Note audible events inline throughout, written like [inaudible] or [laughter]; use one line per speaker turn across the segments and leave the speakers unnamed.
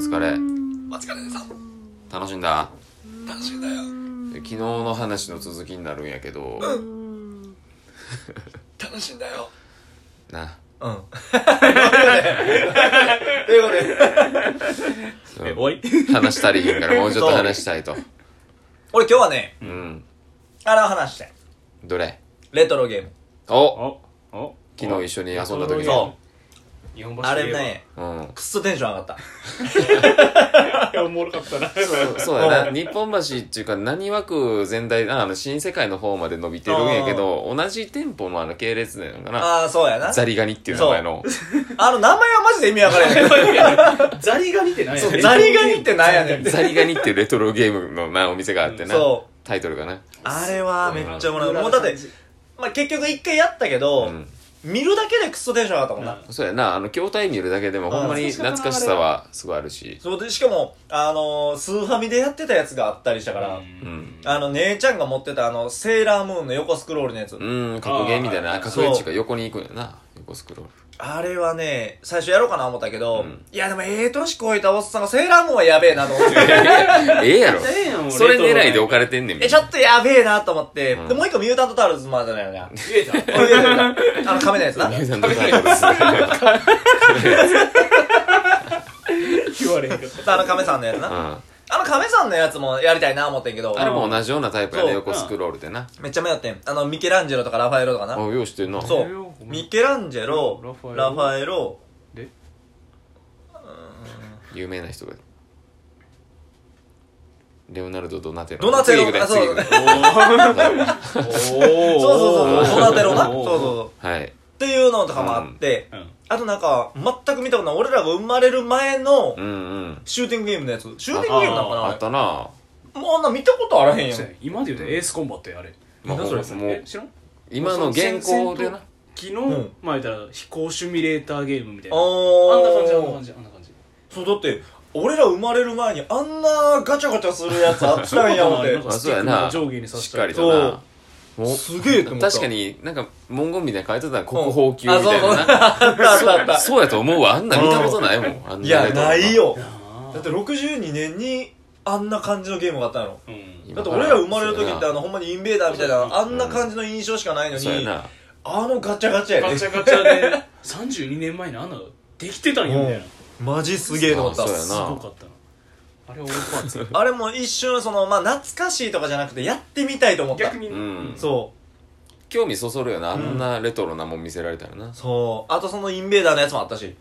疲れ
お疲れさ
楽しんだ
楽しみだよ
で昨日の話の続きになるんやけど
楽しいんだよ
な
うんということで
そう
え終わり
話したりへんからもうちょっと話したいと
俺今日はね
うん
あら話したい
どれ
レトロゲーム
お
おお
昨日一緒に遊んだ時に
そう
日本橋
あれね
うん
くっそテンション上がった
い [laughs] やおもろかったな
そうだな日本橋っていうか何枠全体ああの新世界の方まで伸びてるんやけど同じ店舗のあの系列なのかな
ああーそうやな
ザリガニっていう名前の
あの名前はマジで意味わからへん
[laughs] ザリガニって何や
そ
ね
うんザリガニってなんやねん
ザリガニっていうレトロゲームのなお店があってな
そう
タイトルがな
あれはめっちゃおもろいもうだってまあ結局一回やったけど、
うん
見るだけでクソテンション上がったもんな、
うん
そうやなあの筐体見るだけでもほんまに懐かしさはすごいあるし
そうでしかもあのー、スーファミでやってたやつがあったりしたから、
ん
あの姉ちゃんが持ってたあのセーラームーンの横スクロールのや
う
つ、
ん格ゲーみたい
あ
な
ー
格ゲーっていうか横に行くんやな横スクロール
あれはね最初やろうかな思ったけど、
うん
いやでもええ年こいたおっさんがセーラームーンはやべえなと思って [laughs]
ええやろ
ええやん俺
それ狙いで置かれてんねん
えちょっとやべえなと思って、
うん
でもう一個ミュータントタールズもあるじゃないよね
言えた
あの亀のやつな
ミュータントタートルズ
言われへんかった
あの亀さんのやつ
う
な、
ん
あの亀さんのやつもやりたいな思ってんけど
あれも同じようなタイプや
そ
ね
う
横スクロールでな
めっちゃ迷ってんあのミケランジェロとかラファエロとか
あ
な
ようしてんな
そ
ええよ
うミケランジェロ
ラファエロ
ラファエロ
で
有名な人がレオナルド・ドナテロ
ドナテロ
次行くね
あ [laughs] そう
次行くね
おーお
そうそうそうそうドナテロなそうそう
う
そう
はい
っていうのとかもあって、
うん
あとなんか全く見たことない俺らが生まれる前の
うんうん
シューティングゲームのやつシューティングゲームなのかな
あ
あ
ったな
れもうあんな見たことあらへんやん
今で言うとエースコンバットやあれ
まあ
何それ
ほんも
え
う
知らん
今の現行でな
昨日
ん
まあ言ったら飛行シミュレーターゲームみたいなあ
あ
んな感じあんな
じ
感じあんな感じ
そうだって俺ら生まれる前にあんなガチャガチャするやつあったんや思っ
なんか
て
あそうやな
スティックの上下に刺
し
し
ったかりとなもう
すげえと思った
確かになんか文言みたいなの書いてたら
うん
国宝級みたいなな
あそうそうあったあったあっ
そうやと思うわあんな見たことないもんあん
た
ない
や
レトロ
ないよ
あー
だって62年にあんな感じのゲームがあったんやろ
うん
だって俺ら生まれる時って
そうやな
あのほんまにインベーダーみたいなあんな感じの印象しかないのに
そうやな
あのガチャガチャや
ガ
で
チャガチャで32年前のあんなのできてたんやみたいな
マジすげえと思った
あそうやな
すごかったなあれオールパーツや
あれも一瞬そのまあ懐かしいとかじゃなくてやってみたいと思った
逆に
うん
そ
興味そそるよなあんなレトロなもん見せられたらな
うそうあとそのインベーダーのやつもあったし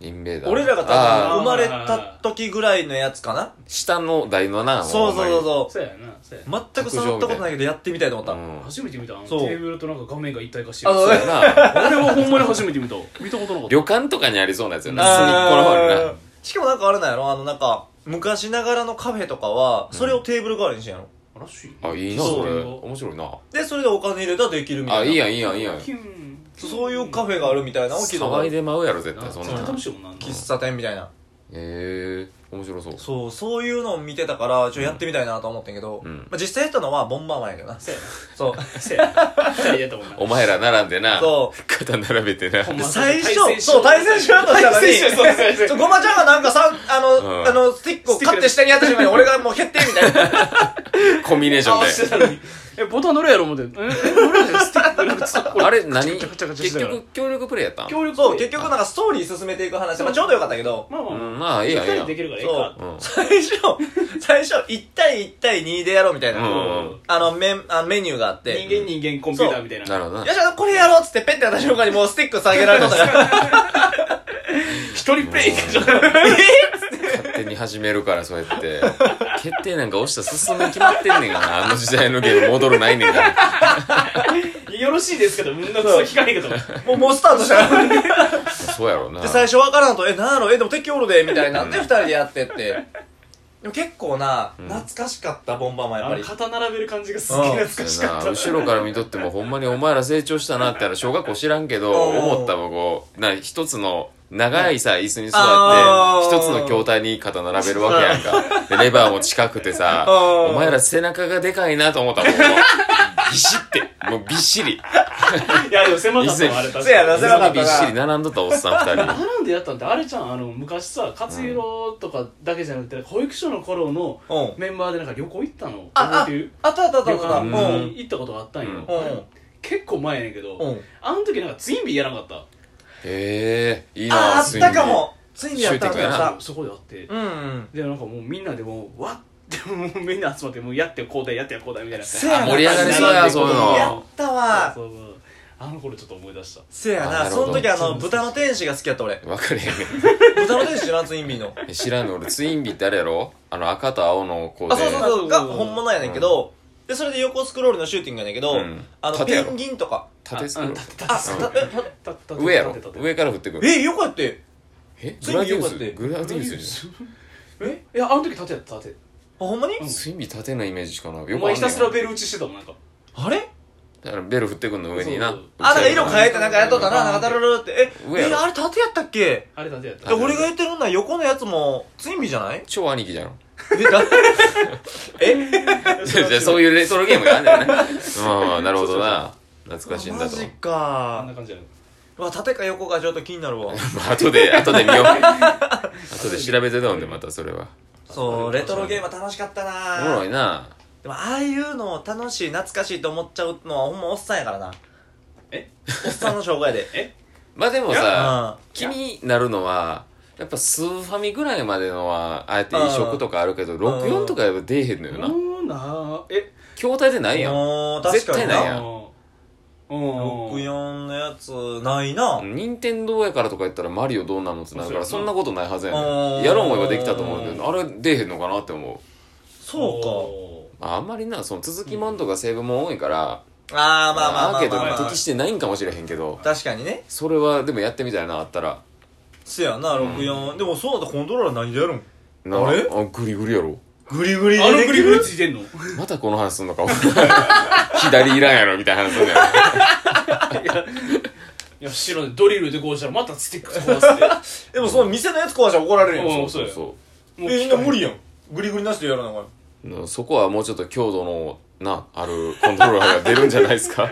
インベーダー
俺らが
あ
多
ー
分生まれた時ぐらいのやつかな
下の台のな
そうそうそうそ
そうやなそうやな
う全く触ったことないけどやってみたいと思った
ほんまにうん
初めて見たあのテ
そう
ーブルとなんか画面が一体化してる
あ
あ
そう
そうやな
れはほんまに初めて見た見たこ
[laughs]
となかった
旅館とかにありそうなやつよな隅っこの方に
あ
な
ーしかもなんかあれなんやろあのなんか昔ながらのカフェとかはそれをテーブル代わりにしてんやろ
らしい
あいいな
そう
それ面白いな
でそれでお金入れたらできるみたい
あ
ない
いやんいいやんいいやん
キュン
そういうカフェがあるみたいなのを聞いたことあ
騒い
る
でまうやろ絶対そ
そ
ん
ん
な
な
の
楽しいもんな
喫茶店みたいな
へえ面白そう
そうそういうのを見てたからちょっとやってみたいなと思ってんけど、
うん
まあ、実際やったのはボンバーマンやけどな
そうや
[laughs]
そう
なそうやな二人でやったもんな
お前ら並んでな
そ
肩並べてな
ほん
で
ま
最
対戦
初
し
そう対戦しようとしたの
対戦しようそうそう
に
そ
[laughs]
う
そうごまちゃんがなんかさんあの、
うん
あのスティックをカッて下にやった瞬間に俺がもう決定みたいな
コンビネーショ
あして
ン
たのにえボタン乗るやろ思ってええ乗るやろスティックなんかスティック
であれ何
ガチャガチャガチャし
結
てたから
局協力プレイやったん
[laughs] 協力
そう結局なんかストーリー進めていく話、まあ、ちょうどよかったけど
まあまあ
う
ま
んまあ
あ
いいやんいい
二
や
人
ん
できるからいい
そ
か
う
うん
最初最初1対1対2でやろうみたいな、
うんうん
あのメンあのメニューがあって
人間人間コンピューターみたいな
なるほどな
[laughs] よっしゃ、これやろうっつってペッてやった瞬間にもうスティック下げられたから、
一人プレイかじゃ
勝手に始めるからそうやって決定なんか押したら進むに決まってんねんからなあの時代のゲーム戻るないねんから
よろしいですけどみんなそう聞かへんけど
もうもうスタートしたから。で、
そうやろうな
最初わからんと、え、なんやろ、え、でも敵おるで、みたいになって二人でや
[laughs]
ってって。でも結構な、懐かしかった、ボンバーマンやっぱ
あの
り。
肩並べる感じがすげえ懐かしかった
後ろから見とってもほんまにお前ら成長したなってあの小学校知らんけど
うん
思ったもんこうな一つの長いさ椅子に座
あ
って
ー
一つの筐体に肩並べるわけやんかでレバーも近くてさ
うん
お前ら背中がでかいなと思ったもんビシってもうびっしり
いやでも狭かったわあれ確かに
せやな
水
狭か
が
ったな
びっしり並んどったおっさん2人
並んでやったんってあれじゃんあの昔さ勝弘とかだけじゃなくて保育所の頃の
うん
メンバーでなんか旅行行ったの
あ
覚えてる
あったあったあったあ
旅
った
館
う
旅
んう
館
ん
に行ったことがあったんよ
うん
あれ結構前やねんけ
う
ど
ん
あの時なんかツインビーやらなかっ
へえいいな
ああったかもついにやったあった
終点か
や
た
っ
そこであって
たうん
でなんかもうみんなでもうわっってもうみんな集まってもうやってよ交代やってよ交代みたいな
せやな
あ盛り上がりそうやそういうの
やったわ
そうそうそうあの頃ちょっと思い出した
せや
あ
な
なる
そ
ほど
の時あの豚の天使が好きやった俺
分かれへん
豚の天使知らんツインビーの
え知らんの俺ツインビーってあれやろあの赤と青の子で
あそうそうそうが本物やねんけど、でそれで横スクロールのシューティングやねんけど、
うん
あの
縦や
ペ
ろ
ンギンとか
縦作
あ
る
立て
あ
立
たえた
て立て
上やろ
立て立て
上から降ってくる
えよかったよ
えグ
ツイン
ラ
ビー
ディ
よ
ウ
かっ
スグラ
た
ディウスじ
えいやあの時立てやった立て
あほんまに、
ゃんツインビー縦のイメージしかない
お
よくあんね
前
ん
ひたすらベル打ちしてたもんなんか
あれ
だからベル振ってくんの上にな
そうそう
あなんか色変えてなんかやっとったな
うん
なんかタルルルってえ
上や
え
ろ
あれ縦やったっけ
あれ立てやった
え俺が言ってるのは横のやつもツインビーじゃない
超兄貴じゃん
えだ [laughs] え
じゃあ [laughs] そういうレトロゲームがあんだよねうんなるほどな懐かしいん
マ
だと
ジ
あんな
か
感じやろ
うわ縦か横かちょっと気になるわ
まあ後で後で見よう後で調べてたんでまたそれは
そうレトロゲームは楽しかった
おも
な
ろいな
でもああいうのを楽しい懐かしいと思っちゃうのはほんまおっさんやからな
え
おっさんの障害で
え
まあでもさ
あ
気になるのはやっぱスーファミぐらいまでのはあえて移植とかあるけど64とかやっぱ出えへんのよな
もうなえ
筐体でないやん
もう確か
絶
に
対ない
な
やん
うん
64のやつないな
任天堂やからとか言ったらマリオどうなのってなるから
そ
そう
や
ん
な
なことないはずやね
う
ん
ん
やろう思えばできたと思うんだけどあれ出えへんのかなって思
そう
まああんまりなその続きもんとかセーブもん多いから
かああまあまあ
アー
まあ
ケー
まあ、
ド
ま
に
あ
適、してないんかもしれへんけど
確かにね
それはでもやってみたいなあったら
せやな64、でもそうだったらコントローラー何でやるん
な
あれ
あグリグリやろ
グリグリ
あ
で
の
で
グ
き
リグリ
る
ついてんの
またこの話すんのか [laughs] 左いらんやろみたいな話すんのやろ
[laughs]
いや知らんドリルでこうしたらまたスティック壊す
でもその店のやつ壊したら怒られるやん
うん
え
そうや
そ
でもう
みんな無理やんグリグリなしでやらなあかん
うなそこはもうちょっと強度のなあるコントローラーが出るんじゃないです [laughs] か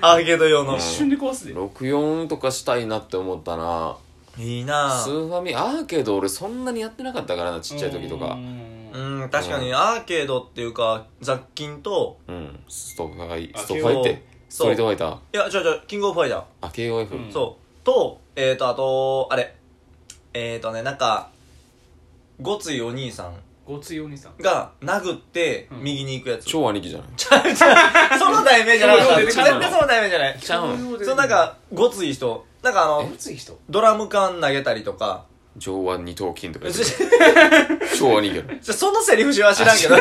アーケード用の
一瞬で壊すで
64とかしたいなって思ったない
いな
スーファミアーケード俺そんなにやってなかったからなちっちゃい時と
う
か
ん
うん確かにアーケードっていうか雑菌と
うんストファイ
あ
ストファイって
KO
ストリートファイター
いやじゃじゃキングオブファイター
あ KOF、
うん
そう。と、えーと、あと、あれ。えーとね、なんか、ごついお兄さん
ごついお兄さん
が殴って
うん
右に行くやつ。
超兄貴じゃない
その題名じゃなかった。
そう
絶対その題名じゃない。
ちゃうん
そのなんか、ごつい人。なんかあの
ご、つい人
ドラム缶投げたりとか。
上腕二頭筋とか言ってる
そ
超兄貴や [laughs] ろ
そのセリフしは知らんけど。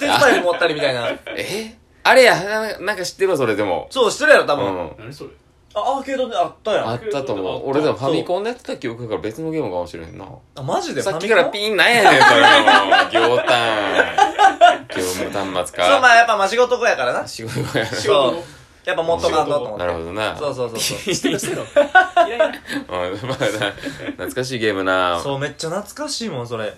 鉄パイプ持ったりみたいな。
えあれやななんか知ってるわそれでも
そう、してるやろ、多
う
分。
ん
何それ
あ、アーケードであったや
あ
ん。
ったと思う
そう
俺でもファミコンでやってた記憶だから別のゲームかもしれへんな
あ、マジで
さっきから
ン
ピンなんやねんそれもう行端業務端末
そう、ま
か
あやっぱまあ仕事子やからな。
仕事や
仕事
そう
の
やっぱもっとかんとと思っ
な
て。
なるほどな
そうそうそうそう。
[laughs]
してるしてる [laughs] いやいや
うんまあな懐かしいゲームな
そう、めっちゃ懐かしいもん、それ。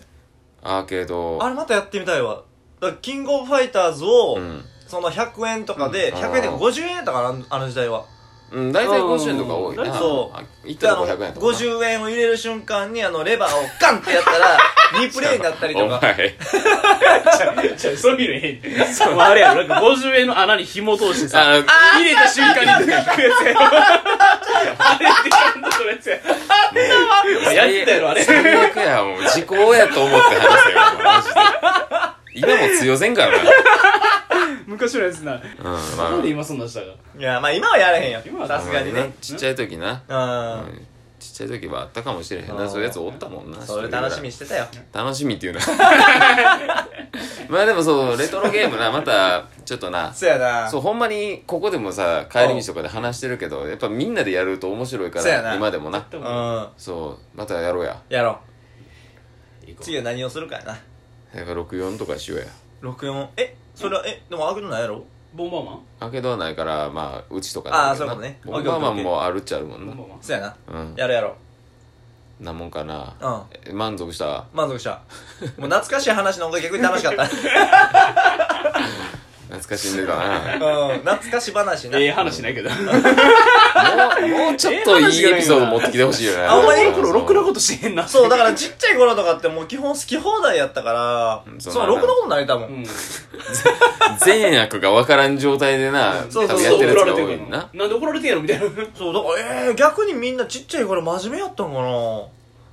アーケード
あれまたやってみたいわ。だからキングオブファイターズを、
うん
その100円とかで、
うん
100円とか50円やったから、あのあの時代は。
うん大体50円とか多いな
そう
う行っ
で、
た
あ
ら
の、
500円とかな
50円を入れる瞬間に、あの、レバーをガンってやった
[laughs]
ら、リプレイになったりと
お
か。
前
じゃあそういうの変そうあれやろなんか50円の穴に紐通して [laughs] さ
あ
入れた瞬間に引くやつやろあれって感動するやつや
もう
やってたやろあれ
最悪やもう時効やと思って話せよマジで今も通用せんからな
昔のやつな
うんま
なん
あ
で今そんなんしたか
いや、まあ今はやらへん
今は
よ。さすがにね。
ちっちゃい時な
う
うんちっちゃい時はあったかもしれへん
あー。
なそういうやつおったもんなん
それ楽しみにしてたよ。
楽しみ
[laughs]
っていうなまあでもそうレトロゲームなまたちょっとな
そやな。
そうほんまにここでもさ帰り道とかで話してるけどやっぱみんなでやると面白いか
そうやな
ら今でもな
で
う
も
ん。
そうまたやろうや
やろ
行
う。
こう
次は何をするかやな。
やっぱ64とかしようや
64。え、それは、え、でも開くのないやろ
ボンバーマン
あけどはないからまあうちとか
あ
だ
ー
けどな
そういうことね
ボンバーマ
オッケーオッケ
ン
ー
もあるっちゃあるもん
ボ
な
ンバーマン
そやな。
うん
やろうやろ
なもんかな
う。うん。
え満足した
満足した。もう懐かしい話の方が逆に楽しかった。
懐かしんでたな
うん、懐かし話な。
ええ話ないけど。
[laughs]
もうもうちょっといいエピソード持ってきてほしいよね
あほんまに
この頃ろくなことしてへんな。
そう、だからちっちゃい頃とかってもう基本好き放題やったか
う
ら、
ん
そう、ろくなことないだも。
うんん。
善悪が分からん状態でな
そ
多
うそう
分
そう
やってるやつ
怒
が
られて
多
る
い
の
な
なんで怒られてんやろみたいな。
そう、だから、えー、逆にみんなちっちゃい頃真面目やったんかな真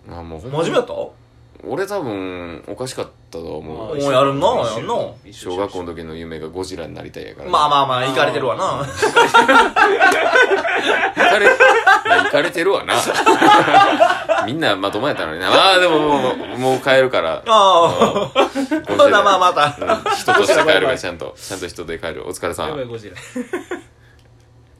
まあもうほんま
面目やった
俺多分おかしかったと思
お
う
いやるなやるな
小学校の時の夢がゴジラになりたいやから
まあま
あ
あまあ、行かれてるわな。
行かれまあ行かれてるわな [laughs] みんなまともやったのになまあでももうもうもう帰るから
あ
ゴ
あ、
ジラ
まだまあまた。
うん人として帰るからちゃんとちゃんと人で帰るお疲れさ
やば
ん
いゴジラ。